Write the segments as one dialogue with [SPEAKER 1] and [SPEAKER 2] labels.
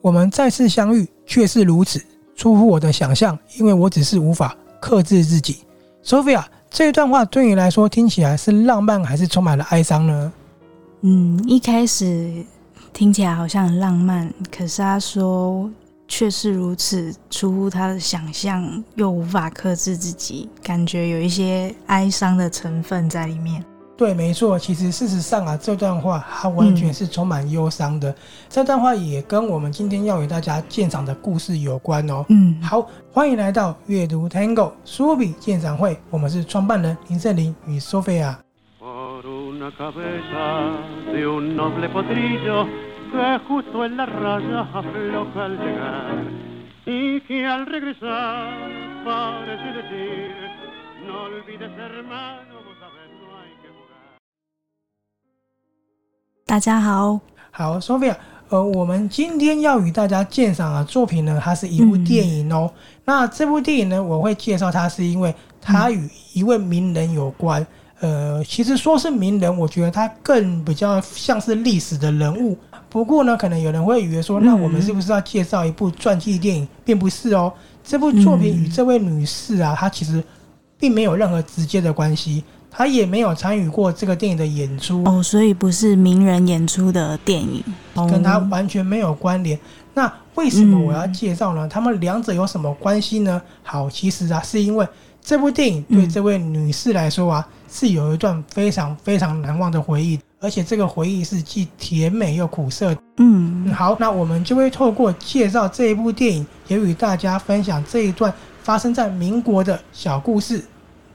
[SPEAKER 1] 我们再次相遇却是如此出乎我的想象，因为我只是无法克制自己。Sophia，这一段话对你来说听起来是浪漫还是充满了哀伤呢？
[SPEAKER 2] 嗯，一开始听起来好像很浪漫，可是他说却是如此出乎他的想象，又无法克制自己，感觉有一些哀伤的成分在里面。
[SPEAKER 1] 对，没错。其实事实上啊，这段话它完全是充满忧伤的。这段话也跟我们今天要给大家鉴赏的故事有关哦。
[SPEAKER 2] 嗯，
[SPEAKER 1] 好，欢迎来到阅读 Tango 苏比鉴赏会，我们是创办人林正林与 Sophia。
[SPEAKER 3] Por una cabeza de un noble potrillo que justo en la raya afloja al llegar y que al regresar parece decir, no olvides hermano, vos sabés no hay que jugar.
[SPEAKER 2] 大家好，
[SPEAKER 1] 好，Sophia，呃，我们今天要与大家鉴赏的作品呢，它是一部电影哦。那这部电影呢，我会介绍它，是因为它与一位名人有关。呃，其实说是名人，我觉得他更比较像是历史的人物。不过呢，可能有人会以为说，那我们是不是要介绍一部传记电影？并不是哦，这部作品与这位女士啊，她其实并没有任何直接的关系，她也没有参与过这个电影的演出。
[SPEAKER 2] 哦，所以不是名人演出的电影，哦
[SPEAKER 1] 跟它完全没有关联。那为什么我要介绍呢？他们两者有什么关系呢？好，其实啊，是因为这部电影对这位女士来说啊，是有一段非常非常难忘的回忆，而且这个回忆是既甜美又苦涩的。嗯
[SPEAKER 2] 嗯
[SPEAKER 1] 好，那我们就会透过介绍这一部电影，也与大家分享这一段发生在民国的小故事。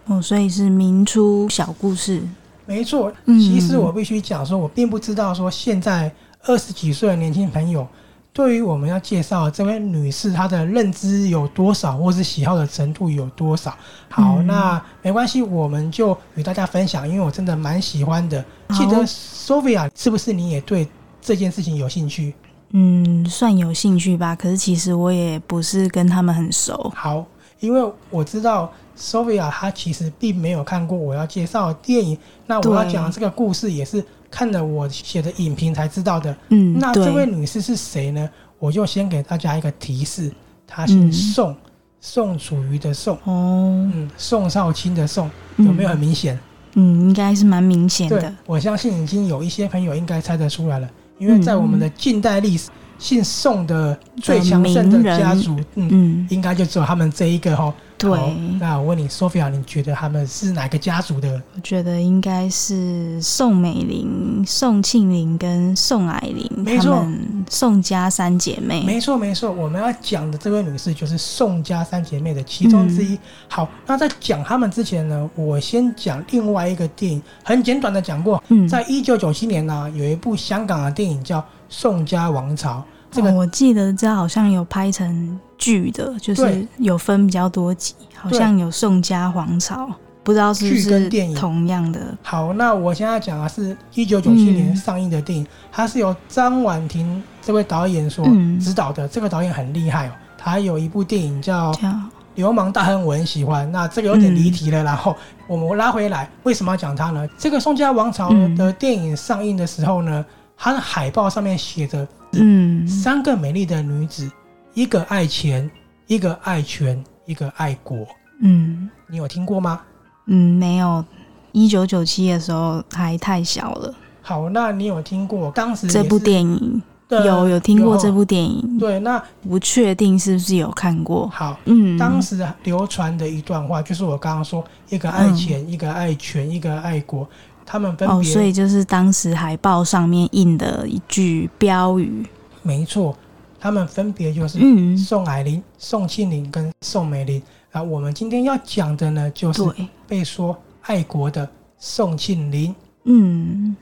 [SPEAKER 2] 哦，所以是民初小故事。
[SPEAKER 1] 没错，
[SPEAKER 2] 嗯
[SPEAKER 1] 其实我必须讲说，我并不知道说现在二十几岁的年轻朋友对于我们要介绍的这位女士她的认知有多少，或是喜好的程度有多少。好，
[SPEAKER 2] 嗯
[SPEAKER 1] 那没关系，我们就与大家分享，因为我真的蛮喜欢的。
[SPEAKER 2] 好
[SPEAKER 1] 记得 Sophia 是不是你也对这件事情有兴趣？
[SPEAKER 2] 嗯，算有兴趣吧。可是其实我也不是跟他们很熟。
[SPEAKER 1] 好，因为我知道 Sophia 她其实并没有看过我要介绍的电影，那我要
[SPEAKER 2] 对
[SPEAKER 1] 讲的这个故事也是看了我写的影评才知道的。
[SPEAKER 2] 嗯，
[SPEAKER 1] 那
[SPEAKER 2] 对
[SPEAKER 1] 这位女士是谁呢？我就先给大家一个提示，她姓
[SPEAKER 2] 嗯
[SPEAKER 1] 宋，宋楚瑜的宋，
[SPEAKER 2] 哦，
[SPEAKER 1] 嗯，宋少卿的宋，有没有很明显？
[SPEAKER 2] 嗯，应该是蛮嗯明显
[SPEAKER 1] 对
[SPEAKER 2] 的。，
[SPEAKER 1] 我相信已经有一些朋友应该猜得出来了，因为在我们的近代历
[SPEAKER 2] 嗯
[SPEAKER 1] 史，姓宋的最强盛的家族，嗯，
[SPEAKER 2] 嗯，
[SPEAKER 1] 应该就只有他们这一个哈。
[SPEAKER 2] 对，
[SPEAKER 1] 好那我问你，Sophia，你觉得他们是哪个家族的？
[SPEAKER 2] 我觉得应该是宋美龄、宋庆龄跟宋霭龄，
[SPEAKER 1] 没
[SPEAKER 2] 她
[SPEAKER 1] 错
[SPEAKER 2] 们宋家三姐妹。
[SPEAKER 1] 没错没错，我们要讲的这位女士就是宋家三姐妹的其中之
[SPEAKER 2] 嗯
[SPEAKER 1] 一。好，那在讲她们之前呢，我先讲另外一个电影，很简短的讲过，
[SPEAKER 2] 嗯，
[SPEAKER 1] 在一九九七年呢、有一部香港的电影叫《宋家王朝》，这
[SPEAKER 2] 哦
[SPEAKER 1] 个
[SPEAKER 2] 我记得这好像有拍成剧的，就是
[SPEAKER 1] 对
[SPEAKER 2] 有分比较多集，好像有宋家皇朝，不知道是不
[SPEAKER 1] 剧跟电
[SPEAKER 2] 是
[SPEAKER 1] 影
[SPEAKER 2] 同样的。
[SPEAKER 1] 好，那我现在讲的是一九九七年上映的电影，它是由张婉婷这位导演所
[SPEAKER 2] 嗯
[SPEAKER 1] 指导的。这个导演很厉害哦，他有一部电影叫
[SPEAKER 2] 这样
[SPEAKER 1] 流氓大亨我很喜欢，那这个有点离题了。然后我们拉回来，为什么要讲它呢？这个宋家王朝
[SPEAKER 2] 嗯
[SPEAKER 1] 的电影上映的时候呢，它的海报上面写着
[SPEAKER 2] 嗯，
[SPEAKER 1] 三个美丽的女子，一个爱钱，一个爱权，一个爱国。
[SPEAKER 2] 嗯
[SPEAKER 1] 你有听过吗？
[SPEAKER 2] 嗯，没有。一九九七的时候还太小了，
[SPEAKER 1] 好，那你有听过当时
[SPEAKER 2] 这部电影
[SPEAKER 1] 影
[SPEAKER 2] 有有听过这？部电影，
[SPEAKER 1] 对，那
[SPEAKER 2] 不确定是不是有看过。
[SPEAKER 1] 好，
[SPEAKER 2] 嗯，
[SPEAKER 1] 当时流传的一段话就是我刚刚说，一个爱钱，一个爱权，一个爱国，他们分别、
[SPEAKER 2] 嗯哦，所以就是当时海报上面印的一句标语，
[SPEAKER 1] 没错，他们分别就是
[SPEAKER 2] 嗯，
[SPEAKER 1] 宋霭龄、宋庆龄跟宋美龄。然后我们今天要讲的呢，就是
[SPEAKER 2] 对，
[SPEAKER 1] 被说爱国的宋庆龄。
[SPEAKER 2] 嗯，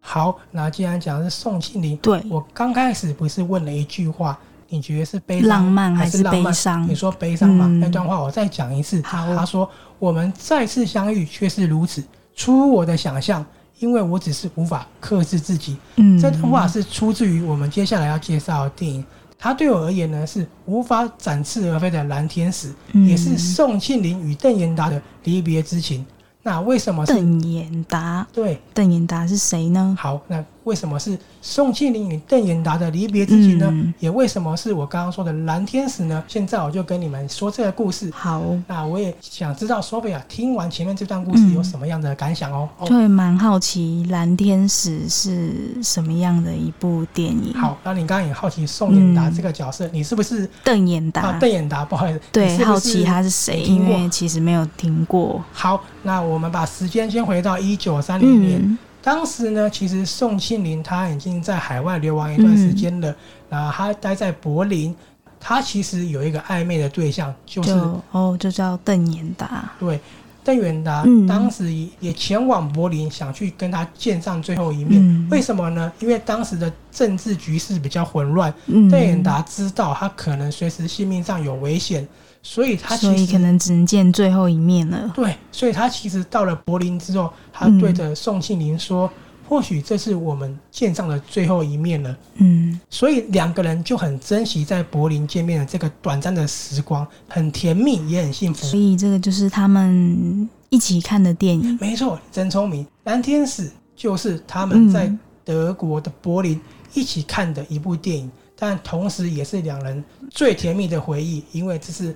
[SPEAKER 1] 好，那既然讲的是宋庆龄，
[SPEAKER 2] 对，
[SPEAKER 1] 我刚开始不是问了一句话，你觉得是悲伤
[SPEAKER 2] 浪漫
[SPEAKER 1] 还
[SPEAKER 2] 还
[SPEAKER 1] 是
[SPEAKER 2] 是
[SPEAKER 1] 浪
[SPEAKER 2] 悲
[SPEAKER 1] 漫？
[SPEAKER 2] 伤
[SPEAKER 1] 你？说悲伤嘛？
[SPEAKER 2] 嗯
[SPEAKER 1] 那段话我再讲一次。
[SPEAKER 2] 好
[SPEAKER 1] 他说：“我们再次相遇却是如此出乎我的想象，因为我只是无法克制自己。”
[SPEAKER 2] 嗯，
[SPEAKER 1] 这段话是出自于我们接下来要介绍的电影。它对我而言呢，是无法展翅而飞的蓝天使，
[SPEAKER 2] 嗯
[SPEAKER 1] 也是宋庆龄与邓妍达的离别之情。那为什么是？
[SPEAKER 2] 邓演达，
[SPEAKER 1] 对，
[SPEAKER 2] 邓演达是谁呢？
[SPEAKER 1] 好，那为什么是宋庆龄与邓演达的离别之情呢？
[SPEAKER 2] 嗯
[SPEAKER 1] 也为什么是我刚刚说的蓝天使呢？现在我就跟你们说这个故事。
[SPEAKER 2] 好，
[SPEAKER 1] 那我也想知道索菲亚听完前面这段故事
[SPEAKER 2] 嗯
[SPEAKER 1] 有什么样的感想哦。哦
[SPEAKER 2] 就会蛮好奇《蓝天使》是什么样的一部电影。，
[SPEAKER 1] 好，那你刚刚也好奇宋演达
[SPEAKER 2] 嗯
[SPEAKER 1] 这个角色，你是不是
[SPEAKER 2] 邓演
[SPEAKER 1] 啊
[SPEAKER 2] 达，
[SPEAKER 1] 邓演达？不好意思，你
[SPEAKER 2] 对，
[SPEAKER 1] 是不是
[SPEAKER 2] 好奇他是谁，
[SPEAKER 1] 没听
[SPEAKER 2] 因
[SPEAKER 1] 过
[SPEAKER 2] 为其实没有听过。
[SPEAKER 1] 好，那我们把时间先回到一九三零年，
[SPEAKER 2] 嗯
[SPEAKER 1] 当时呢，其实宋庆龄她已经在海外流亡一段时间
[SPEAKER 2] 嗯
[SPEAKER 1] 了，然后她待在柏林，她其实有一个暧昧的对象，就是
[SPEAKER 2] 就哦，就叫邓演达。
[SPEAKER 1] 对邓远达，
[SPEAKER 2] 嗯
[SPEAKER 1] 当时也也前往柏林，想去跟他见上最后一面。
[SPEAKER 2] 嗯
[SPEAKER 1] 为什么呢？因为当时的政治局势比较混乱，
[SPEAKER 2] 嗯，
[SPEAKER 1] 邓远达知道他可能随时性命上有危险，所以他
[SPEAKER 2] 所
[SPEAKER 1] 其
[SPEAKER 2] 以
[SPEAKER 1] 实
[SPEAKER 2] 可能只能见最后一面了。
[SPEAKER 1] 对，所以他其实到了柏林之后，他
[SPEAKER 2] 嗯
[SPEAKER 1] 对着宋庆龄说：“或许这是我们见上的最后一面了。”
[SPEAKER 2] 嗯
[SPEAKER 1] 所以两个人就很珍惜在柏林见面的这个短暂的时光，很甜蜜也很幸福
[SPEAKER 2] 所。以这个就是他们一起看的电影。
[SPEAKER 1] 没错，真聪明。蓝天使就是他们在
[SPEAKER 2] 嗯
[SPEAKER 1] 德国的柏林一起看的一部电影，但同时也是两人最甜蜜的回忆，因为这是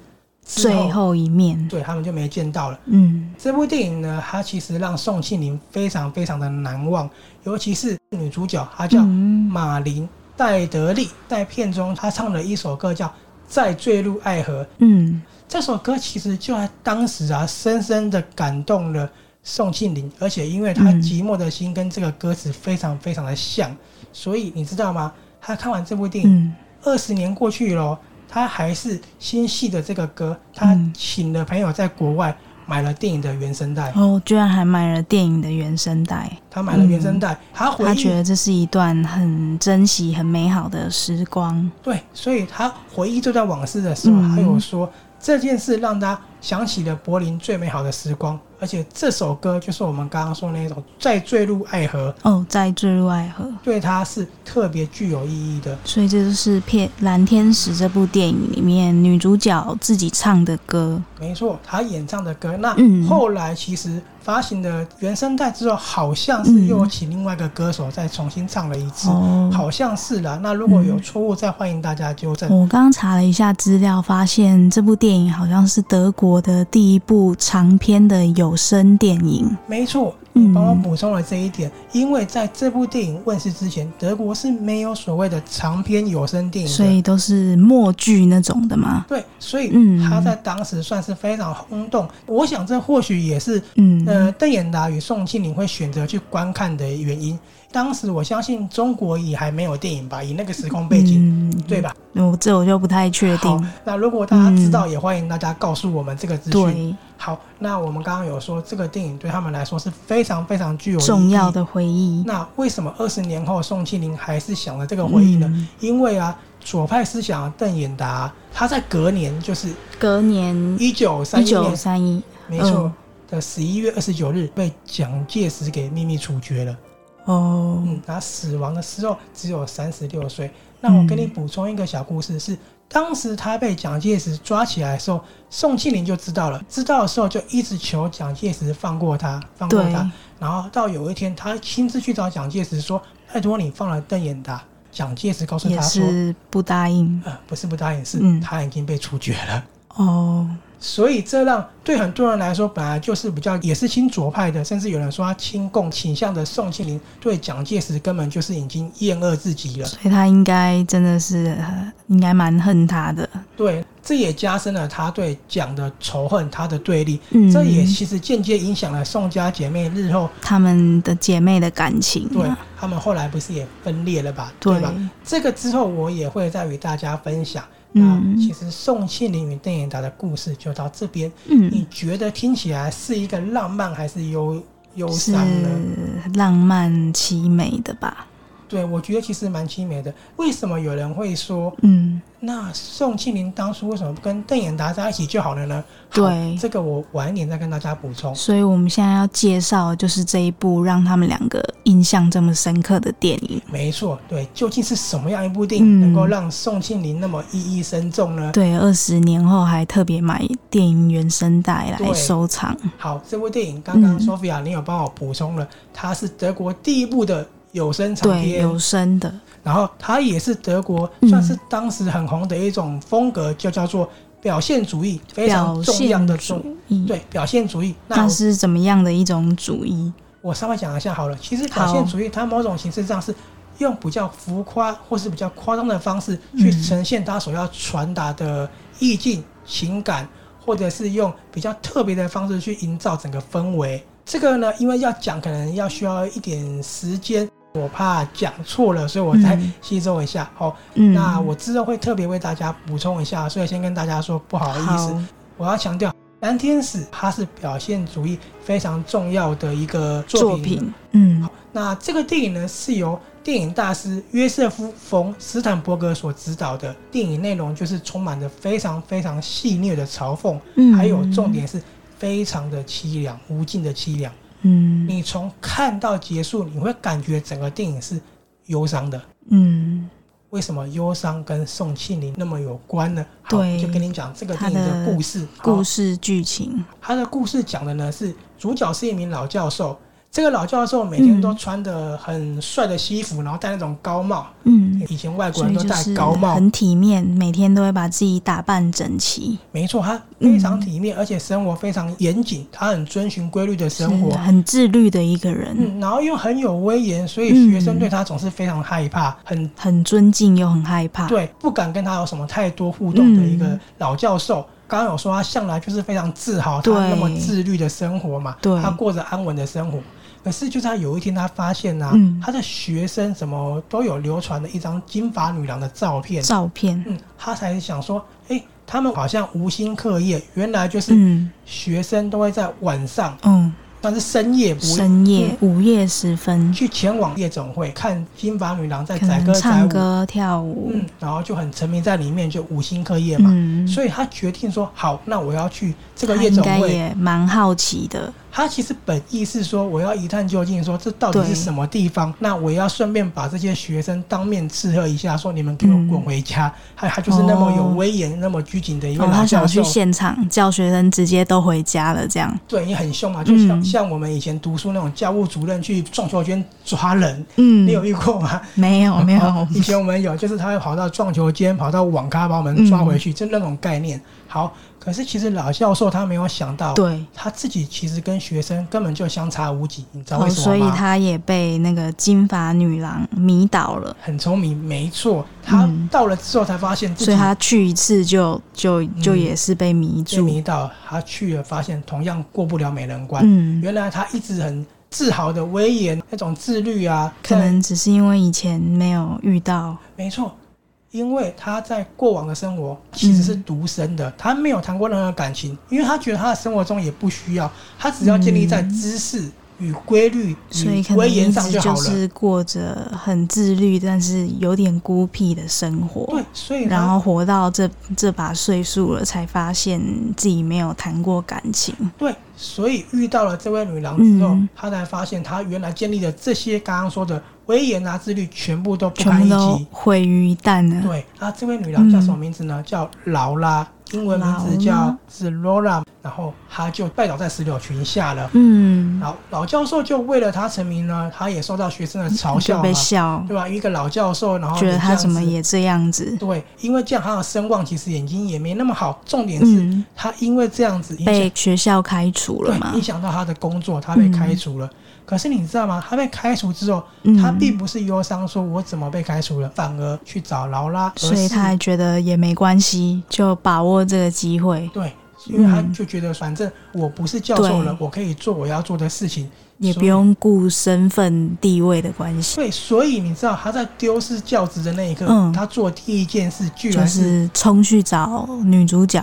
[SPEAKER 1] 之
[SPEAKER 2] 最后一面，
[SPEAKER 1] 对他们就没见到了。
[SPEAKER 2] 嗯
[SPEAKER 1] 这部电影呢，它其实让宋庆龄非常非常的难忘，尤其是女主角，她叫
[SPEAKER 2] 嗯
[SPEAKER 1] 马琳戴德利在片中，她唱了一首歌叫《再坠入爱河》。
[SPEAKER 2] 嗯，
[SPEAKER 1] 这首歌其实就在当时啊，深深的感动了宋庆龄，而且因为她
[SPEAKER 2] 嗯
[SPEAKER 1] 寂寞的心跟这个歌词非常非常的像，所以你知道吗？她看完这部
[SPEAKER 2] 嗯
[SPEAKER 1] 电影，二十、年过去了哦，她还是心系的这个歌。她
[SPEAKER 2] 嗯
[SPEAKER 1] 请了朋友在国外买了电影的原声带，
[SPEAKER 2] 哦，居然还买了电影的原声带，
[SPEAKER 1] 她买了原声带，她回
[SPEAKER 2] 嗯他
[SPEAKER 1] 忆
[SPEAKER 2] 觉得这是一段很珍惜、很美好的时光。
[SPEAKER 1] 对，所以他回忆这段往事的时候，
[SPEAKER 2] 嗯
[SPEAKER 1] 他有说这件事让他想起了柏林最美好的时光，而且这首歌就是我们刚刚说那种再坠入爱河，
[SPEAKER 2] 哦，在坠入爱河，
[SPEAKER 1] 对他是特别具有意义的。
[SPEAKER 2] 所以这就是片《蓝天使》这部电影里面女主角自己唱的歌。
[SPEAKER 1] 没错，他演唱的歌，那
[SPEAKER 2] 嗯
[SPEAKER 1] 后来其实发行了原声带之后，好像是又请另外一个歌手再重新唱了一次，
[SPEAKER 2] 哦，
[SPEAKER 1] 好像是啦。那如果有
[SPEAKER 2] 嗯
[SPEAKER 1] 错误，再欢迎大家纠正。
[SPEAKER 2] 我刚刚查了一下资料，发现这部电影好像是德国的第一部长篇的有声电影。
[SPEAKER 1] 没错，
[SPEAKER 2] 嗯
[SPEAKER 1] 你帮我补充了这一点，因为在这部电影问世之前，德国是没有所谓的长篇有声电影的，
[SPEAKER 2] 所以都是默剧那种的嘛。
[SPEAKER 1] 对，所以
[SPEAKER 2] 嗯
[SPEAKER 1] 他在当时算是非常轰动。我想这或许也是
[SPEAKER 2] 嗯，
[SPEAKER 1] 呃邓演达与宋庆龄会选择去观看的原因。当时我相信中国也还没有电影吧，以那个时空背景，
[SPEAKER 2] 嗯
[SPEAKER 1] 对吧？
[SPEAKER 2] 我这我就不太确
[SPEAKER 1] 好
[SPEAKER 2] 定。，
[SPEAKER 1] 那如果大家知道，也欢迎大家告诉我们这个资讯。
[SPEAKER 2] 对，
[SPEAKER 1] 好，那我们刚刚有说，这个电影对他们来说是非常非常具有
[SPEAKER 2] 重
[SPEAKER 1] 意义
[SPEAKER 2] 要的回忆。
[SPEAKER 1] 那为什么二十年后宋庆龄还是想了这个回忆呢？
[SPEAKER 2] 嗯
[SPEAKER 1] 因为啊，左派思想的邓演达、他在隔年，就是
[SPEAKER 2] 隔年
[SPEAKER 1] 一九三
[SPEAKER 2] 一
[SPEAKER 1] 一
[SPEAKER 2] 九
[SPEAKER 1] 年，
[SPEAKER 2] 三一，
[SPEAKER 1] 没错、
[SPEAKER 2] 嗯
[SPEAKER 1] 的十一月二十九日被蒋介石给秘密处决了。
[SPEAKER 2] 哦，
[SPEAKER 1] 嗯，他死亡的时候只有三十六岁。
[SPEAKER 2] 嗯
[SPEAKER 1] 那我跟你补充一个小故事是。当时他被蒋介石抓起来的时候，宋庆龄就知道了。知道的时候就一直求蒋介石放过他，放过
[SPEAKER 2] 对
[SPEAKER 1] 他。然后到有一天，他亲自去找蒋介石说：“拜托你放了邓演达。”蒋介石告诉
[SPEAKER 2] 也
[SPEAKER 1] 他说
[SPEAKER 2] 是不答应：“
[SPEAKER 1] 呃，不是不答应，是
[SPEAKER 2] 嗯
[SPEAKER 1] 他已经被处决了。
[SPEAKER 2] 哦。
[SPEAKER 1] 所以这让对很多人来说，本来就是比较也是亲左派的，甚至有人说他亲共倾向的宋庆龄，对蒋介石根本就是已经厌恶自己了。
[SPEAKER 2] 所以他应该真的是呃应该蛮恨他的。
[SPEAKER 1] 对，这也加深了他对蒋的仇恨，他的对立。
[SPEAKER 2] 嗯，
[SPEAKER 1] 这也其实间接影响了宋家姐妹日后
[SPEAKER 2] 他们的姐妹的感情
[SPEAKER 1] 对
[SPEAKER 2] 啊。
[SPEAKER 1] 他们后来不是也分裂了吧？
[SPEAKER 2] 对
[SPEAKER 1] 吧？这个之后我也会再与大家分享。
[SPEAKER 2] 嗯
[SPEAKER 1] 那其实宋庆龄与邓演达的故事就到这边。你
[SPEAKER 2] 嗯，
[SPEAKER 1] 觉得听起来是一个浪漫还是忧忧
[SPEAKER 2] 是
[SPEAKER 1] 伤呢？
[SPEAKER 2] 浪漫凄美的吧？
[SPEAKER 1] 对，我觉得其实蛮凄美的。为什么有人会说，
[SPEAKER 2] 嗯，
[SPEAKER 1] 那宋庆龄当初为什么不跟邓演达在一起就好了呢？好
[SPEAKER 2] 对
[SPEAKER 1] 这个我晚一点再跟大家补充。
[SPEAKER 2] 所以我们现在要介绍的就是这一部让他们两个印象这么深刻的电影。
[SPEAKER 1] 没错，对，究竟是什么样一部电影
[SPEAKER 2] 嗯
[SPEAKER 1] 能够让宋庆龄那么意义深重呢？
[SPEAKER 2] 对，二十年后还特别买电影原声带来
[SPEAKER 1] 对
[SPEAKER 2] 收藏。
[SPEAKER 1] 好，这部电影刚刚
[SPEAKER 2] 嗯
[SPEAKER 1] Sophia 你有帮我补充了，它是德国第一部的有声长
[SPEAKER 2] 对
[SPEAKER 1] 篇，
[SPEAKER 2] 有声的，
[SPEAKER 1] 然后它也是德国
[SPEAKER 2] 嗯
[SPEAKER 1] 算是当时很红的一种风格，就叫做表现主义，非常
[SPEAKER 2] 表
[SPEAKER 1] 重要
[SPEAKER 2] 现
[SPEAKER 1] 的重
[SPEAKER 2] 主义，
[SPEAKER 1] 对表现主义。那
[SPEAKER 2] 那
[SPEAKER 1] 我
[SPEAKER 2] 是怎么样的一种主义？
[SPEAKER 1] 我稍微讲一下好了，其实表现主义它某种形式上是用比较浮夸或是比较夸张的方式去
[SPEAKER 2] 嗯
[SPEAKER 1] 呈现它所要传达的意境、情感，或者是用比较特别的方式去营造整个氛围。这个呢，因为要讲，可能要需要一点时间，我怕讲错了，所以我再
[SPEAKER 2] 嗯
[SPEAKER 1] 吸收一下。好、
[SPEAKER 2] 嗯，
[SPEAKER 1] 那我之后会特别为大家补充一下，所以先跟大家说不好意思，
[SPEAKER 2] 好，
[SPEAKER 1] 我要强调，《蓝天使》它是表现主义非常重要的一个作
[SPEAKER 2] 作
[SPEAKER 1] 品。
[SPEAKER 2] 品，嗯
[SPEAKER 1] 那这个电影呢，是由电影大师约瑟夫·冯·斯坦伯格所执导的。电影内容就是充满着非常非常戏谑的嘲讽，
[SPEAKER 2] 嗯，
[SPEAKER 1] 还有重点是非常的凄凉，无尽的凄凉。
[SPEAKER 2] 嗯，
[SPEAKER 1] 你从看到结束，你会感觉整个电影是忧伤的。
[SPEAKER 2] 嗯
[SPEAKER 1] 为什么忧伤跟宋庆龄那么有关呢？好
[SPEAKER 2] 对
[SPEAKER 1] 就跟你讲这个
[SPEAKER 2] 她
[SPEAKER 1] 电影的
[SPEAKER 2] 的
[SPEAKER 1] 故事。好
[SPEAKER 2] 故事剧情，
[SPEAKER 1] 他的故事讲的呢是主角是一名老教授，这个老教授每天都
[SPEAKER 2] 嗯
[SPEAKER 1] 穿的很帅的西服，然后戴那种高帽，
[SPEAKER 2] 嗯，
[SPEAKER 1] 以前外国
[SPEAKER 2] 所
[SPEAKER 1] 人
[SPEAKER 2] 以
[SPEAKER 1] 都
[SPEAKER 2] 就
[SPEAKER 1] 戴
[SPEAKER 2] 是
[SPEAKER 1] 高帽，
[SPEAKER 2] 很体面，每天都会把自己打扮整齐，
[SPEAKER 1] 没错，他非常体
[SPEAKER 2] 嗯
[SPEAKER 1] 面，而且生活非常严谨，他很遵循规律的生
[SPEAKER 2] 是啊
[SPEAKER 1] 活。
[SPEAKER 2] 很自律的一个人，
[SPEAKER 1] 嗯，然后又很有威严，所以
[SPEAKER 2] 嗯
[SPEAKER 1] 学生对他总是非常害怕，很
[SPEAKER 2] 很尊敬又很害怕，
[SPEAKER 1] 对，不敢跟他有什么太多互动的一个
[SPEAKER 2] 啊嗯
[SPEAKER 1] 老教授。刚刚有说他向来就是非常自豪，他
[SPEAKER 2] 对
[SPEAKER 1] 那么自律的生活嘛，
[SPEAKER 2] 对
[SPEAKER 1] 他过着安稳的生活。可是就在有一天，他发现呐、
[SPEAKER 2] 嗯
[SPEAKER 1] 他的学生怎么都有流传的一张金发女郎的照片，
[SPEAKER 2] 照片，
[SPEAKER 1] 嗯，他才想说，哎、他们好像无心课业，原来就是
[SPEAKER 2] 嗯
[SPEAKER 1] 学生都会在晚上，
[SPEAKER 2] 嗯，
[SPEAKER 1] 但是深夜不嗯
[SPEAKER 2] 深夜午夜时分，
[SPEAKER 1] 去前往夜总会看金发女郎在
[SPEAKER 2] 可
[SPEAKER 1] 载
[SPEAKER 2] 能
[SPEAKER 1] 歌载
[SPEAKER 2] 唱
[SPEAKER 1] 舞，
[SPEAKER 2] 歌跳舞，
[SPEAKER 1] 嗯，然后就很沉迷在里面，就无心课业嘛。
[SPEAKER 2] 嗯，
[SPEAKER 1] 所以他决定说：“好，那我要去这个
[SPEAKER 2] 他
[SPEAKER 1] 夜
[SPEAKER 2] 应
[SPEAKER 1] 总
[SPEAKER 2] 该
[SPEAKER 1] 会。
[SPEAKER 2] 也蛮好奇的，”
[SPEAKER 1] 他其实本意是说我要一探究竟，说这到底是
[SPEAKER 2] 对
[SPEAKER 1] 什么地
[SPEAKER 2] 嗯
[SPEAKER 1] 方？那我要顺便把这些学生当面斥喝一下，说你们给我滚回家！他他就是那么有
[SPEAKER 2] 哦
[SPEAKER 1] 威严、那么拘谨的一个
[SPEAKER 2] 嗯哦，他
[SPEAKER 1] 老
[SPEAKER 2] 想
[SPEAKER 1] 教
[SPEAKER 2] 要
[SPEAKER 1] 授
[SPEAKER 2] 去，现场叫学生直接都回家了，这样，
[SPEAKER 1] 对，也很凶嘛，就像、
[SPEAKER 2] 嗯
[SPEAKER 1] 像我们以前读书那种教务主任去撞球间抓人，
[SPEAKER 2] 嗯
[SPEAKER 1] 你，有遇过吗？
[SPEAKER 2] 没有没
[SPEAKER 1] 哦
[SPEAKER 2] 有，
[SPEAKER 1] 以前我们有，就是他会跑到撞球间，跑到网咖把我们抓回
[SPEAKER 2] 嗯
[SPEAKER 1] 去，就那种概念。好，可是其实老教授他没有想到，
[SPEAKER 2] 对，
[SPEAKER 1] 他自己其实跟学生根本就相差无几，你知道
[SPEAKER 2] 哦，
[SPEAKER 1] 为什
[SPEAKER 2] 所
[SPEAKER 1] 么
[SPEAKER 2] 以
[SPEAKER 1] 吗？
[SPEAKER 2] 他也被那个金发女郎迷倒了，
[SPEAKER 1] 很聪明，没错，他
[SPEAKER 2] 嗯
[SPEAKER 1] 到了之后才发现自
[SPEAKER 2] 所
[SPEAKER 1] 己
[SPEAKER 2] 以他去一次就就就
[SPEAKER 1] 嗯
[SPEAKER 2] 也是被迷
[SPEAKER 1] 被
[SPEAKER 2] 住，
[SPEAKER 1] 迷到，他去了发现同样过不了美人关。
[SPEAKER 2] 嗯，
[SPEAKER 1] 原来他一直很自豪的威严那种自律啊，
[SPEAKER 2] 可
[SPEAKER 1] 在
[SPEAKER 2] 能只是因为以前没有遇到，
[SPEAKER 1] 没错，因为他在过往的生活其实是
[SPEAKER 2] 嗯
[SPEAKER 1] 独身的，他没有谈过任何感情，因为他觉得他的生活中也不需要，他只要建立在知识与规律
[SPEAKER 2] 嗯所以
[SPEAKER 1] 与
[SPEAKER 2] 可能
[SPEAKER 1] 威
[SPEAKER 2] 一
[SPEAKER 1] 严上
[SPEAKER 2] 直
[SPEAKER 1] 就好
[SPEAKER 2] 就
[SPEAKER 1] 了。
[SPEAKER 2] 是过着很自律，但是有点孤僻的生活
[SPEAKER 1] 对。，所以
[SPEAKER 2] 然
[SPEAKER 1] 他
[SPEAKER 2] 后活到这这把岁数了，才发现自己没有谈过感情。
[SPEAKER 1] 对，所以遇到了这位女郎之后，
[SPEAKER 2] 嗯
[SPEAKER 1] 他才发现他原来建立的这些刚刚说的威严啊、自律，全部都不
[SPEAKER 2] 全
[SPEAKER 1] 堪
[SPEAKER 2] 部
[SPEAKER 1] 一
[SPEAKER 2] 都嗯
[SPEAKER 1] 击。
[SPEAKER 2] 毁于一旦了。
[SPEAKER 1] 对，那这位女郎叫什么名字呢？叫劳拉，英文名字
[SPEAKER 2] 劳
[SPEAKER 1] 叫
[SPEAKER 2] 拉
[SPEAKER 1] 是 Laura，然后她就拜倒在石榴裙下了。
[SPEAKER 2] 嗯，
[SPEAKER 1] 老老教授就为了他成名呢，他也受到学生的嘲
[SPEAKER 2] 就
[SPEAKER 1] 笑嘛
[SPEAKER 2] 被，嗯笑，
[SPEAKER 1] 对吧？一个老教授，然后
[SPEAKER 2] 觉得他怎么
[SPEAKER 1] 你这样
[SPEAKER 2] 也这样子
[SPEAKER 1] 子。对，因为这样他的声望其实眼睛也没那么好。重点是、
[SPEAKER 2] 嗯，
[SPEAKER 1] 他因为这样子影响
[SPEAKER 2] 被学校开除了嘛
[SPEAKER 1] 对影？响到他的工作，他被开除了。可是你知道吗？他被开除之后，
[SPEAKER 2] 嗯
[SPEAKER 1] 他并不是忧伤说我怎么被开除了，反而去找劳拉，
[SPEAKER 2] 所以他
[SPEAKER 1] 而
[SPEAKER 2] 还
[SPEAKER 1] 是
[SPEAKER 2] 觉得也没关系，就把握这个机会，
[SPEAKER 1] 对。因为他
[SPEAKER 2] 嗯
[SPEAKER 1] 就觉得，反正我不是教授了
[SPEAKER 2] 对，
[SPEAKER 1] 我可以做我要做的事情，
[SPEAKER 2] 也
[SPEAKER 1] 所
[SPEAKER 2] 不
[SPEAKER 1] 以
[SPEAKER 2] 用顾身份地位的关系，
[SPEAKER 1] 对，所以你知道他在丢失教职的那一刻，
[SPEAKER 2] 嗯
[SPEAKER 1] 他做第一件事居
[SPEAKER 2] 就
[SPEAKER 1] 然是
[SPEAKER 2] 是冲去找女主角，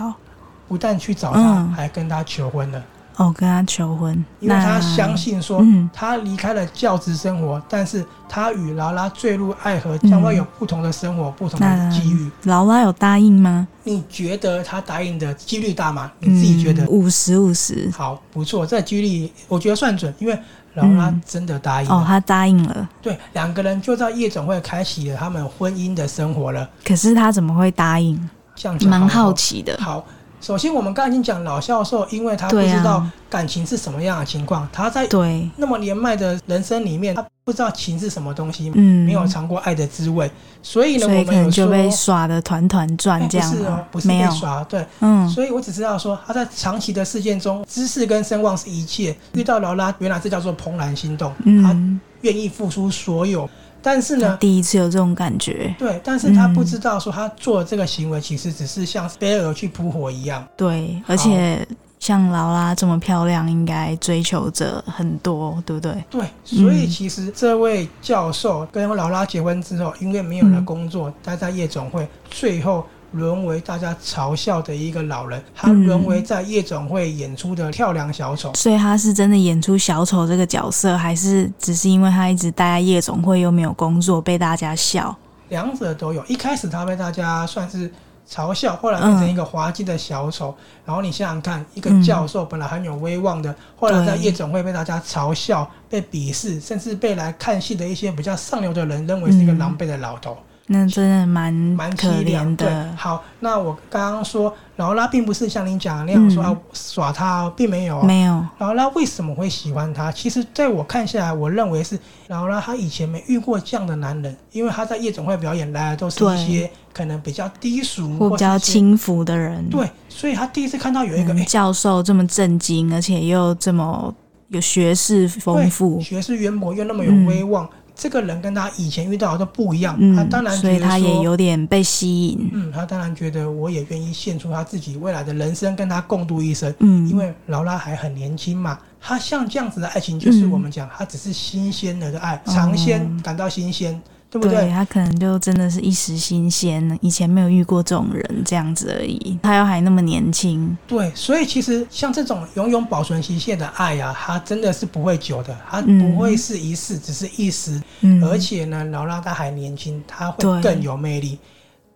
[SPEAKER 1] 不但去找他，
[SPEAKER 2] 嗯
[SPEAKER 1] 还跟他求婚了，
[SPEAKER 2] 哦，跟他求婚。
[SPEAKER 1] 因为他
[SPEAKER 2] 那
[SPEAKER 1] 相，信说。
[SPEAKER 2] 嗯，
[SPEAKER 1] 他离开了教职生活，但是他与劳拉坠入爱河，将会有不同的生活、不同的
[SPEAKER 2] 嗯那嗯
[SPEAKER 1] 机遇。
[SPEAKER 2] 劳拉有答应吗？
[SPEAKER 1] 你觉得他答应的几率大吗？
[SPEAKER 2] 嗯
[SPEAKER 1] 你自己觉得？
[SPEAKER 2] 五十五十？
[SPEAKER 1] 好，不错，这几率我觉得算准，因为劳拉
[SPEAKER 2] 嗯
[SPEAKER 1] 真的答应了。
[SPEAKER 2] 哦，他答应了。
[SPEAKER 1] 对，两个人就在夜总会开启了他们婚姻的生活了。
[SPEAKER 2] 可是他怎么会答应？
[SPEAKER 1] 像
[SPEAKER 2] 蛮
[SPEAKER 1] 好
[SPEAKER 2] 好奇的。
[SPEAKER 1] 好，首先，我们刚才已经讲老教授，因为他不
[SPEAKER 2] 对啊
[SPEAKER 1] 知道感情是什么样的情况，他在
[SPEAKER 2] 对，
[SPEAKER 1] 那么年迈的人生里面，他不知道情是什么东西，
[SPEAKER 2] 嗯，
[SPEAKER 1] 没有尝过爱的滋味，所以呢，
[SPEAKER 2] 所
[SPEAKER 1] 我
[SPEAKER 2] 以可
[SPEAKER 1] 们有
[SPEAKER 2] 能
[SPEAKER 1] 说
[SPEAKER 2] 就被耍的团团
[SPEAKER 1] 哎
[SPEAKER 2] 转这样
[SPEAKER 1] 不是
[SPEAKER 2] 吗
[SPEAKER 1] 哦，不是
[SPEAKER 2] 没
[SPEAKER 1] 被
[SPEAKER 2] 有，
[SPEAKER 1] 耍，对，
[SPEAKER 2] 嗯，
[SPEAKER 1] 所以我只知道说他在长期的事件中，知识跟声望是一切。遇到劳拉，原来这叫做怦然心动，他
[SPEAKER 2] 嗯，
[SPEAKER 1] 愿意付出所有，但是呢，
[SPEAKER 2] 第一次有这种感觉，
[SPEAKER 1] 对，但是他
[SPEAKER 2] 嗯
[SPEAKER 1] 不知道说他做的这个行为其实只是像飞蛾去扑火一样。
[SPEAKER 2] 对，而且像劳拉这么漂亮，应该追求者很多，对不对？
[SPEAKER 1] 对，所以其实这位教授跟劳拉结婚之后，因为没有了工作，待在夜总会，最后沦为大家嘲笑的一个老人，他
[SPEAKER 2] 嗯
[SPEAKER 1] 沦为在夜总会演出的跳梁小丑。
[SPEAKER 2] 所以他是真的演出小丑这个角色，还是只是因为他一直待在夜总会又没有工作，被大家笑？
[SPEAKER 1] 两者都有。一开始他被大家算是嘲笑，后来变成一个滑稽的小丑。然后你想想看，一个教授本来很有威望的，后来在夜总会被大家嘲笑、被鄙视，甚至被来看戏的一些比较上流的人认为是一个
[SPEAKER 2] 嗯
[SPEAKER 1] 狼狈的老头，
[SPEAKER 2] 那真的蛮
[SPEAKER 1] 蛮
[SPEAKER 2] 可
[SPEAKER 1] 凄凉
[SPEAKER 2] 怜
[SPEAKER 1] 对，
[SPEAKER 2] 的。
[SPEAKER 1] 好，那我刚刚说劳拉并不是像您讲的那样
[SPEAKER 2] 嗯
[SPEAKER 1] 说、啊耍他、哦，并没有、哦。
[SPEAKER 2] 没有，
[SPEAKER 1] 劳拉为什么会喜欢他？其实，在我看下来，我认为是劳拉她以前没遇过这样的男人，因为她在夜总会表演来的都是一
[SPEAKER 2] 对
[SPEAKER 1] 些可能比较低俗
[SPEAKER 2] 或比较
[SPEAKER 1] 是一些
[SPEAKER 2] 轻浮的人，
[SPEAKER 1] 对，所以她第一次看到有一个
[SPEAKER 2] 嗯，
[SPEAKER 1] 哎、
[SPEAKER 2] 教授这么震惊，而且又这么有学识丰富
[SPEAKER 1] 对，学识渊博又那么有
[SPEAKER 2] 嗯
[SPEAKER 1] 威望，这个人跟她以前遇到的都不一样。她
[SPEAKER 2] 嗯
[SPEAKER 1] 当，然
[SPEAKER 2] 所
[SPEAKER 1] 觉
[SPEAKER 2] 以
[SPEAKER 1] 得说
[SPEAKER 2] 他也有点被吸引，
[SPEAKER 1] 嗯，她当然觉得我也愿意献出她自己未来的人生，跟他共度一生。
[SPEAKER 2] 嗯，
[SPEAKER 1] 因为劳拉还很年轻嘛，她像这样子的爱情，就是
[SPEAKER 2] 嗯哦
[SPEAKER 1] 我们讲，她只是新鲜了的爱，尝鲜感到新鲜，对不
[SPEAKER 2] 对
[SPEAKER 1] 对？
[SPEAKER 2] 他可能就真的是一时新鲜，以前没有遇过这种人这样子而已，他又还那么年轻，
[SPEAKER 1] 对，所以其实像这种永远保存期限的爱啊，它真的是不会久的，它
[SPEAKER 2] 嗯
[SPEAKER 1] 不会是一世，只是一时。
[SPEAKER 2] 嗯，
[SPEAKER 1] 而且呢，劳拉她还年轻，她会
[SPEAKER 2] 对
[SPEAKER 1] 更有魅力。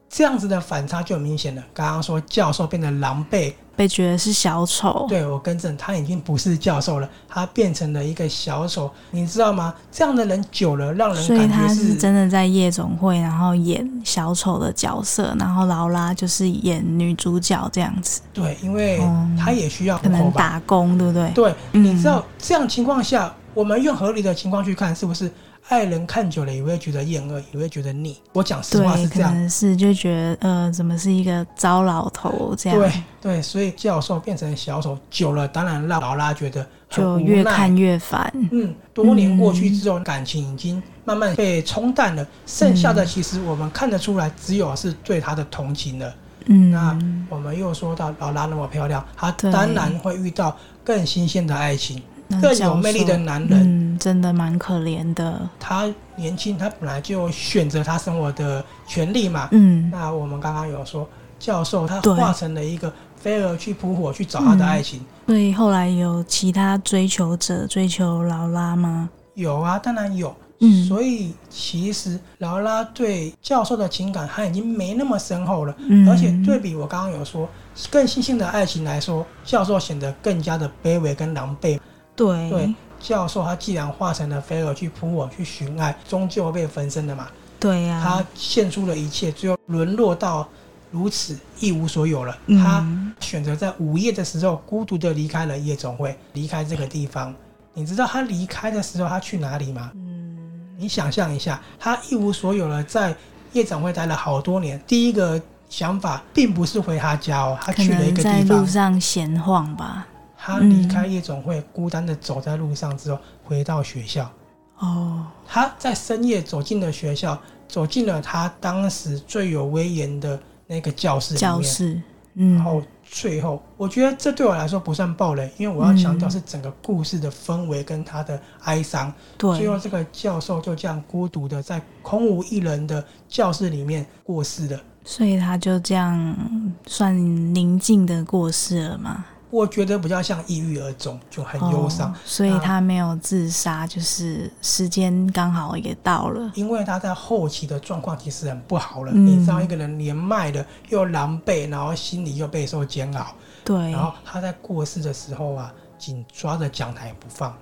[SPEAKER 1] 这样子的反差就很明显了。刚刚说教授变得狼狈，
[SPEAKER 2] 被觉得是小丑，
[SPEAKER 1] 对我更正，他已经不是教授了，他变成了一个小丑，你知道吗？这样的人久了，让人
[SPEAKER 2] 所以
[SPEAKER 1] 感
[SPEAKER 2] 他
[SPEAKER 1] 觉
[SPEAKER 2] 是真的在夜总会，然后演小丑的角色，然后劳拉就是演女主角这样子，
[SPEAKER 1] 对，因为
[SPEAKER 2] 哦
[SPEAKER 1] 他也需要
[SPEAKER 2] 可
[SPEAKER 1] 糊口
[SPEAKER 2] 能
[SPEAKER 1] 吧。
[SPEAKER 2] 打工，对不对？
[SPEAKER 1] 对，
[SPEAKER 2] 嗯
[SPEAKER 1] 你知道这样情况下，我们用合理的情况去看，是不是爱人看久了也会觉得厌恶，也会觉得腻？我讲实话是
[SPEAKER 2] 对，可
[SPEAKER 1] 这样。
[SPEAKER 2] 能是就觉得呃，怎么是一个糟老头这样，
[SPEAKER 1] 对对，所以教授变成小丑久了，当然让劳拉觉得很
[SPEAKER 2] 就
[SPEAKER 1] 无
[SPEAKER 2] 越
[SPEAKER 1] 奈
[SPEAKER 2] 看越烦。
[SPEAKER 1] 嗯，多年过去之后，感情已经慢慢被冲淡了，剩下
[SPEAKER 2] 嗯
[SPEAKER 1] 的其实我们看得出来，只有是对他的同情了。那
[SPEAKER 2] 嗯，
[SPEAKER 1] 我们又说到劳拉那么漂亮，她
[SPEAKER 2] 对
[SPEAKER 1] 当然会遇到更新鲜的爱情，
[SPEAKER 2] 那
[SPEAKER 1] 更
[SPEAKER 2] 教
[SPEAKER 1] 有魅力
[SPEAKER 2] 授
[SPEAKER 1] 的男人。
[SPEAKER 2] 嗯，真的蛮可怜的。
[SPEAKER 1] 他年轻，他本来就选择他生活的权利嘛。
[SPEAKER 2] 嗯，
[SPEAKER 1] 那我们刚刚有说，教授他
[SPEAKER 2] 对
[SPEAKER 1] 化成了一个飞蛾去扑火去找他的爱情，
[SPEAKER 2] 所以后来有其他追求者追求劳拉吗？
[SPEAKER 1] 有啊，当然有。
[SPEAKER 2] 嗯
[SPEAKER 1] 所以其实劳拉对教授的情感，他已经没那么深厚了。
[SPEAKER 2] 嗯，
[SPEAKER 1] 而且对比我刚刚有说，更新鲜的爱情来说，教授显得更加的卑微跟狼狈。
[SPEAKER 2] 对
[SPEAKER 1] 对教授他既然化成了飞蛾去扑火去寻爱，终究会被分身的嘛。
[SPEAKER 2] 对啊呀、
[SPEAKER 1] 他献出了一切，最后沦落到如此一无所有了。
[SPEAKER 2] 嗯
[SPEAKER 1] 他选择在午夜的时候孤独的离开了夜总会，离开这个地方。你知道他离开的时候他去哪里吗？
[SPEAKER 2] 嗯
[SPEAKER 1] 你想象一下，他一无所有了，在夜总会待了好多年。第一个想法并不是回他家哦，他
[SPEAKER 2] 可
[SPEAKER 1] 去了一
[SPEAKER 2] 能
[SPEAKER 1] 个
[SPEAKER 2] 在
[SPEAKER 1] 地
[SPEAKER 2] 路
[SPEAKER 1] 方。
[SPEAKER 2] 上嗯闲晃吧。
[SPEAKER 1] 他离开夜总会，孤单的走在路上之后，回到学校。
[SPEAKER 2] 哦，
[SPEAKER 1] 他在深夜走进了学校，走进了他当时最有威严的那个教室里
[SPEAKER 2] 教
[SPEAKER 1] 面，
[SPEAKER 2] 室，
[SPEAKER 1] 然
[SPEAKER 2] 嗯，
[SPEAKER 1] 后最后，我觉得这对我来说不算暴雷，因为我要
[SPEAKER 2] 嗯
[SPEAKER 1] 强调是整个故事的氛围跟他的哀伤。最后，
[SPEAKER 2] 对，
[SPEAKER 1] 这个教授就这样孤独的在空无一人的教室里面过世了。
[SPEAKER 2] 所以他就这样算宁静的过世了嘛，
[SPEAKER 1] 我觉得比较像抑郁而终，就很忧伤。
[SPEAKER 2] 哦，所以他没有自杀，就是时间刚好也到了。
[SPEAKER 1] 因为他在后期的状况其实很不好了，
[SPEAKER 2] 嗯
[SPEAKER 1] 你知道一个人年迈了又狼狈，然后心里又备受煎熬，
[SPEAKER 2] 对
[SPEAKER 1] 然，后他在过世的时候啊，紧抓着讲台不放。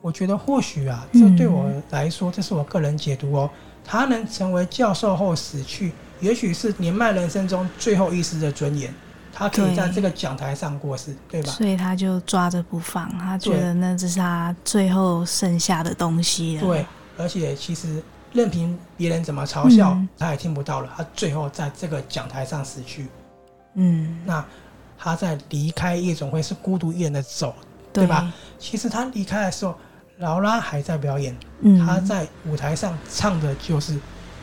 [SPEAKER 1] 我觉得或许啊，这
[SPEAKER 2] 嗯
[SPEAKER 1] 对我来说，这是我个人解读哦。他能成为教授后死去，也许是年迈人生中最后一丝的尊严。他可以
[SPEAKER 2] 对
[SPEAKER 1] 在这个讲台上过世，对吧？
[SPEAKER 2] 所以他就抓着不放，他觉
[SPEAKER 1] 对
[SPEAKER 2] 得那这是他最后剩下的东西了。
[SPEAKER 1] 对，而且其实任凭别人怎么嘲笑，
[SPEAKER 2] 嗯
[SPEAKER 1] 他也听不到了。他最后在这个讲台上死去，
[SPEAKER 2] 嗯，
[SPEAKER 1] 那他在离开夜总会是孤独一人的走。对
[SPEAKER 2] 对
[SPEAKER 1] 吧？其实他离开的时候，劳拉还在表演，
[SPEAKER 2] 嗯，
[SPEAKER 1] 他在舞台上唱的就是《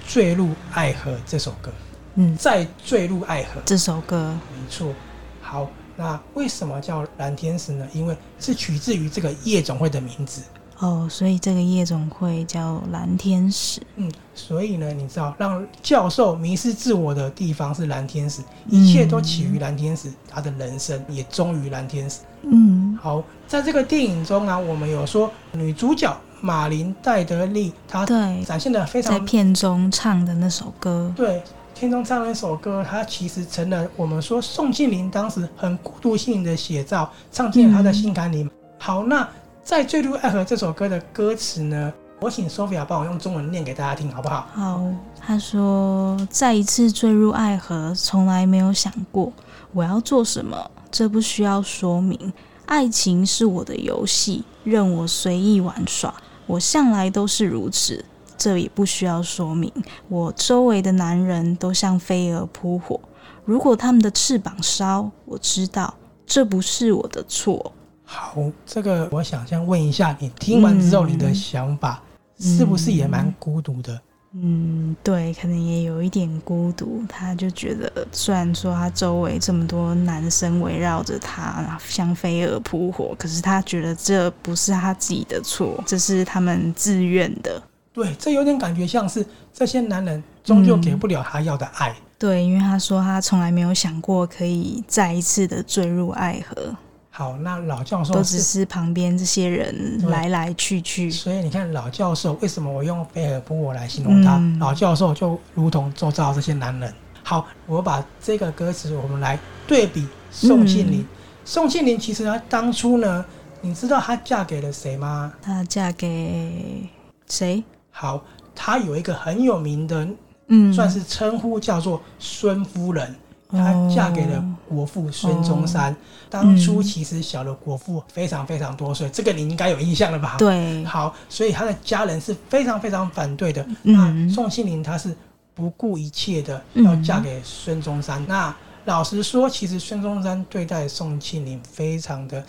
[SPEAKER 1] 坠入爱河》这首歌，
[SPEAKER 2] 嗯
[SPEAKER 1] 再坠入爱河，
[SPEAKER 2] 这首歌，
[SPEAKER 1] 没错。好，那为什么叫蓝天使呢？因为是取自于这个夜总会的名字。
[SPEAKER 2] 哦，所以这个夜总会叫蓝天使。
[SPEAKER 1] 嗯，所以呢，你知道，让教授迷失自我的地方是蓝天使，一切都起于蓝天使，他的人生也忠于蓝天使。
[SPEAKER 2] 嗯
[SPEAKER 1] 好，在这个电影中啊，我们有说女主角马琳戴德利，她
[SPEAKER 2] 对，
[SPEAKER 1] 展现的非
[SPEAKER 2] 在
[SPEAKER 1] 常
[SPEAKER 2] 片中唱的那首歌，
[SPEAKER 1] 对。天中唱那首歌，她其实成了我们说宋庆龄当时很孤独性的写照，唱进了她的心坎里。好，那在《坠入爱河》这首歌的歌词呢，我请 Sophia 帮我用中文念给大家听，好不好？
[SPEAKER 2] 好，他说再一次坠入爱河，从来没有想过我要做什么，这不需要说明。爱情是我的游戏，任我随意玩耍，我向来都是如此，这也不需要说明。我周围的男人都像飞蛾扑火，如果他们的翅膀烧，我知道这不是我的错。
[SPEAKER 1] 好，这个我想先问一下，你听完之后
[SPEAKER 2] 嗯
[SPEAKER 1] 你的想法、是不是也蛮孤独的？
[SPEAKER 2] 嗯，对，可能也有一点孤独。他就觉得，虽然说他周围这么多男生围绕着他，然后像飞蛾扑火，可是他觉得这不是他自己的错，这是他们自愿的。
[SPEAKER 1] 对，这有点感觉像是这些男人终究
[SPEAKER 2] 嗯
[SPEAKER 1] 给不了他要的爱。
[SPEAKER 2] 对，因为他说他从来没有想过可以再一次的坠入爱河，
[SPEAKER 1] 好，那老教授
[SPEAKER 2] 都
[SPEAKER 1] 哦
[SPEAKER 2] 只
[SPEAKER 1] 是，
[SPEAKER 2] 是旁边这些人
[SPEAKER 1] 对
[SPEAKER 2] 来来去去。
[SPEAKER 1] 所以你看老教授为什么我用飞蛾扑火来形容他？
[SPEAKER 2] 嗯
[SPEAKER 1] 老教授就如同周遭这些男人。好，我把这个歌词我们来对比宋庆
[SPEAKER 2] 嗯
[SPEAKER 1] 龄。宋庆龄其实她当初呢，你知道她嫁给了谁吗？
[SPEAKER 2] 她嫁给谁？
[SPEAKER 1] 好，她有一个很有名的
[SPEAKER 2] 嗯，
[SPEAKER 1] 算是称呼叫做孙夫人。
[SPEAKER 2] 哦
[SPEAKER 1] 她嫁给了国父孙中山。当初其实小的国父非常非常多岁，这个你应该有印象了吧？。
[SPEAKER 2] 对，
[SPEAKER 1] 好，所以他的家人是非常非常反对的。
[SPEAKER 2] 嗯
[SPEAKER 1] 那宋庆龄她是不顾一切的
[SPEAKER 2] 嗯
[SPEAKER 1] 要嫁给孙中山。那老实说，其实孙中山对待宋庆龄非常的，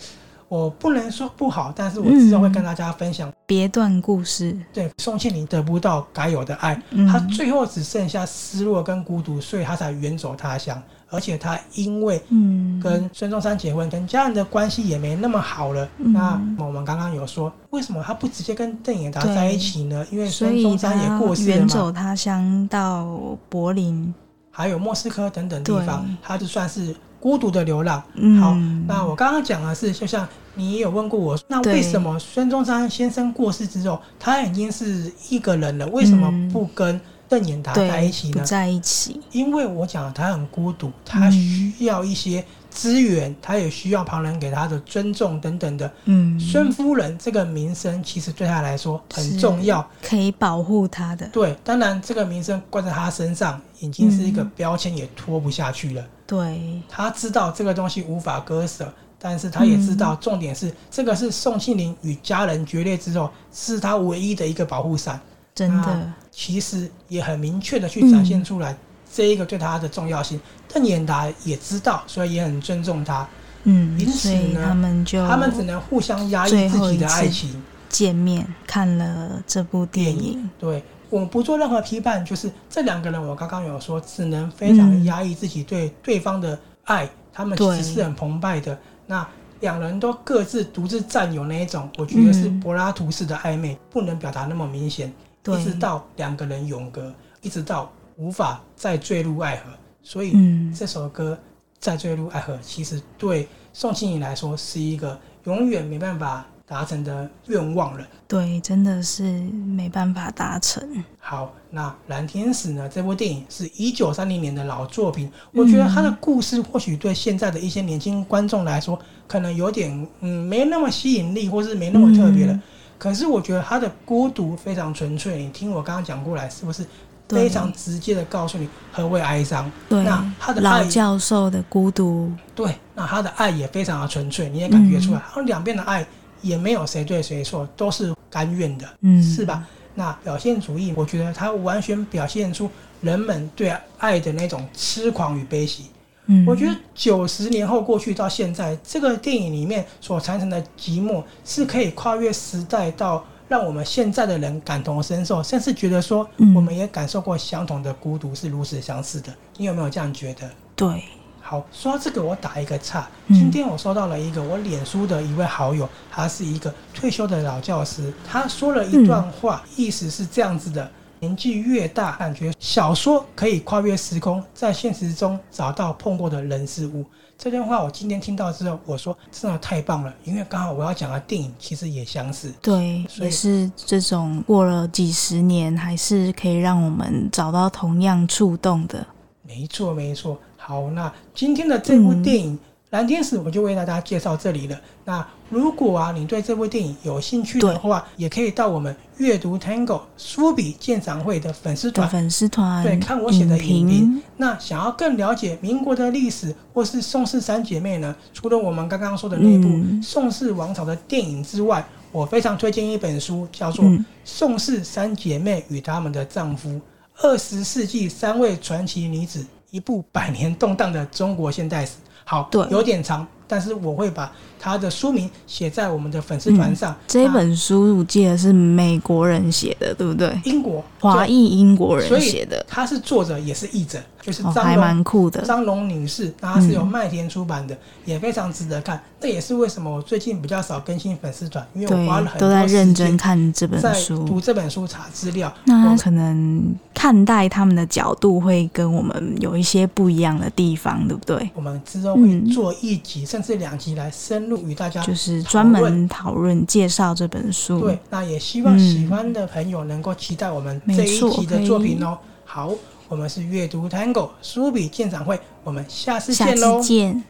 [SPEAKER 1] 我不能说不好，但是我之后会跟大家分享，
[SPEAKER 2] 别段故事。
[SPEAKER 1] 对宋庆龄得不到该有的爱，
[SPEAKER 2] 嗯，
[SPEAKER 1] 他最后只剩下失落跟孤独，所以他才远走他乡。而且他因为
[SPEAKER 2] 嗯
[SPEAKER 1] 跟孙中山结婚，跟家人的关系也没那么好了。
[SPEAKER 2] 嗯
[SPEAKER 1] 那我们刚刚有说，为什么他不直接跟邓演达
[SPEAKER 2] 对
[SPEAKER 1] 在一起呢？因为
[SPEAKER 2] 所
[SPEAKER 1] 孙
[SPEAKER 2] 以
[SPEAKER 1] 中
[SPEAKER 2] 他
[SPEAKER 1] 山也过世了
[SPEAKER 2] 远
[SPEAKER 1] 嘛，
[SPEAKER 2] 走他乡到柏林。
[SPEAKER 1] 还有莫斯科等等地方
[SPEAKER 2] 对，
[SPEAKER 1] 他就算是孤独的流浪。
[SPEAKER 2] 嗯，
[SPEAKER 1] 好，那我刚刚讲的是，就像你也有问过我，那
[SPEAKER 2] 对
[SPEAKER 1] 为什么孙中山先生过世之后，他已经是一个人了，为什么
[SPEAKER 2] 嗯
[SPEAKER 1] 不跟邓演达
[SPEAKER 2] 对
[SPEAKER 1] 在一起
[SPEAKER 2] 不
[SPEAKER 1] 呢？
[SPEAKER 2] 在一起。
[SPEAKER 1] 因为我讲他很孤独，他需要一些资源，他也需要旁人给他的尊重等等的。
[SPEAKER 2] 嗯，
[SPEAKER 1] 孙夫人这个名声其实对他来说很重要，
[SPEAKER 2] 可以保护他的。
[SPEAKER 1] 对，当然这个名声挂在他身上已经是一个
[SPEAKER 2] 嗯
[SPEAKER 1] 标签，也拖不下去了。
[SPEAKER 2] 对，
[SPEAKER 1] 他知道这个东西无法割舍，但是他也知道，重点是这个是宋庆龄与家人决裂之后，是他唯一的一个保护伞。
[SPEAKER 2] 真的
[SPEAKER 1] 那，其实也很明确的去展现出来这一个对他的重要性。邓演达也知道，所以也很尊重他，
[SPEAKER 2] 嗯，
[SPEAKER 1] 因此
[SPEAKER 2] 所
[SPEAKER 1] 呢
[SPEAKER 2] 以他们就
[SPEAKER 1] 他们只能互相压抑
[SPEAKER 2] 最
[SPEAKER 1] 自
[SPEAKER 2] 后
[SPEAKER 1] 己
[SPEAKER 2] 一
[SPEAKER 1] 的
[SPEAKER 2] 次
[SPEAKER 1] 爱情。
[SPEAKER 2] 见面看了这部电影。
[SPEAKER 1] 对我们不做任何批判，就是这两个人，我刚刚有说，只能非常
[SPEAKER 2] 嗯
[SPEAKER 1] 压抑自己对对方的爱，他们其
[SPEAKER 2] 对
[SPEAKER 1] 实是很澎湃的。那两人都各自独自占有那一种，我觉得是
[SPEAKER 2] 嗯
[SPEAKER 1] 柏拉图式的暧昧，不能表达那么明显。
[SPEAKER 2] 对
[SPEAKER 1] 一直到两个人永隔，一直到无法再坠入爱河，所以
[SPEAKER 2] 嗯，
[SPEAKER 1] 这首歌《再坠入爱河》其实对宋庆龄来说是一个永远没办法达成的愿望了。
[SPEAKER 2] 对，真的是没办法达成。
[SPEAKER 1] 好，那《蓝天使》呢？这部电影是一九三零年的老作品，
[SPEAKER 2] 嗯
[SPEAKER 1] 我觉得它的故事或许对现在的一些年轻观众来说，可能有点嗯没那么吸引力，或是没那么特别了。
[SPEAKER 2] 嗯
[SPEAKER 1] 可是我觉得它的孤独非常纯粹，你听我刚刚讲过来，是不是？
[SPEAKER 2] 对
[SPEAKER 1] 非常直接的告诉你何谓哀伤。
[SPEAKER 2] 对
[SPEAKER 1] 那他的
[SPEAKER 2] 老
[SPEAKER 1] 爱
[SPEAKER 2] 教授的孤独，
[SPEAKER 1] 对，那他的爱也非常的纯粹，你也感觉
[SPEAKER 2] 嗯
[SPEAKER 1] 出来，然后两边的爱也没有谁对谁错，都是甘愿的，
[SPEAKER 2] 嗯
[SPEAKER 1] 是吧？那表现主义，我觉得它完全表现出人们对爱的那种痴狂与悲喜。
[SPEAKER 2] 嗯，
[SPEAKER 1] 我觉得九十年后过去到现在，这个电影里面所产生的寂寞，是可以跨越时代到。让我们现在的人感同身受，甚至觉得说
[SPEAKER 2] 嗯，
[SPEAKER 1] 我们也感受过相同的孤独是如此相似的。你有没有这样觉得？
[SPEAKER 2] 对，
[SPEAKER 1] 好，说到这个，我打一个岔。
[SPEAKER 2] 嗯
[SPEAKER 1] 今天我收到了一个我脸书的一位好友，他是一个退休的老教师，他说了一段话，意思是这样子的：年纪越大，感觉小说可以跨越时空，在现实中找到碰过的人事物。这段话我今天听到之后，我说真的太棒了，因为刚好我要讲的电影其实也相似。
[SPEAKER 2] 对，
[SPEAKER 1] 所以
[SPEAKER 2] 也是这种过了几十年，还是可以让我们找到同样触动的。
[SPEAKER 1] 没错，没错。好，那今天的这部
[SPEAKER 2] 嗯
[SPEAKER 1] 电影《蓝天使》，我就为大家介绍这里了。那如果啊，你对这部电影有兴趣
[SPEAKER 2] 对
[SPEAKER 1] 的话，也可以到我们阅读 Tango 书比鉴赏会的粉丝
[SPEAKER 2] 的
[SPEAKER 1] 团。
[SPEAKER 2] 粉丝团
[SPEAKER 1] 对，看我写的影评
[SPEAKER 2] 评，。
[SPEAKER 1] 那想要更了解民国的历史，或是宋氏三姐妹呢？除了我们刚刚说的那部
[SPEAKER 2] 嗯
[SPEAKER 1] 宋氏王朝的电影之外，我非常推荐一本书，叫做
[SPEAKER 2] 嗯
[SPEAKER 1] 《宋氏三姐妹与她们的丈夫：二十世纪三位传奇女子》，一部百年动荡的中国现代史。好，
[SPEAKER 2] 对
[SPEAKER 1] 有点长，但是我会把它的书名写在我们的粉丝团上。
[SPEAKER 2] 嗯这一
[SPEAKER 1] 那
[SPEAKER 2] 本书我记得是美国人写的，对不对？
[SPEAKER 1] 英国
[SPEAKER 2] 华裔英国
[SPEAKER 1] 所
[SPEAKER 2] 人
[SPEAKER 1] 以
[SPEAKER 2] 写的，
[SPEAKER 1] 她是作者也是译者，就是
[SPEAKER 2] 哦，
[SPEAKER 1] 张
[SPEAKER 2] 还
[SPEAKER 1] 荣
[SPEAKER 2] 蛮酷的。嗯
[SPEAKER 1] 张龙女士，那她是由麦田出版的，也非常值得看。这也是为什么我最近比较少更新粉丝团，因为我花了
[SPEAKER 2] 对，
[SPEAKER 1] 很
[SPEAKER 2] 都在
[SPEAKER 1] 多
[SPEAKER 2] 认
[SPEAKER 1] 时
[SPEAKER 2] 真
[SPEAKER 1] 间
[SPEAKER 2] 看这
[SPEAKER 1] 在
[SPEAKER 2] 本书
[SPEAKER 1] 读。这本书、查资料。
[SPEAKER 2] 那
[SPEAKER 1] 我
[SPEAKER 2] 可能看待他们的角度会跟我们有一些不一样的地方，对不对？
[SPEAKER 1] 我们之后会
[SPEAKER 2] 嗯
[SPEAKER 1] 做一集、甚至两集来深入与大家
[SPEAKER 2] 就是专
[SPEAKER 1] 啊讨论
[SPEAKER 2] 门讨论介绍这本书。
[SPEAKER 1] 对，，那也希望喜
[SPEAKER 2] 嗯
[SPEAKER 1] 欢的朋友能够期待我们
[SPEAKER 2] 没
[SPEAKER 1] 这一
[SPEAKER 2] 错
[SPEAKER 1] 集
[SPEAKER 2] 可
[SPEAKER 1] 的
[SPEAKER 2] 以
[SPEAKER 1] 作品
[SPEAKER 2] 嗯
[SPEAKER 1] 哦。好，我们是阅读 Tango 书比鉴赏会，我们下次
[SPEAKER 2] 下
[SPEAKER 1] 见喽
[SPEAKER 2] 次，见。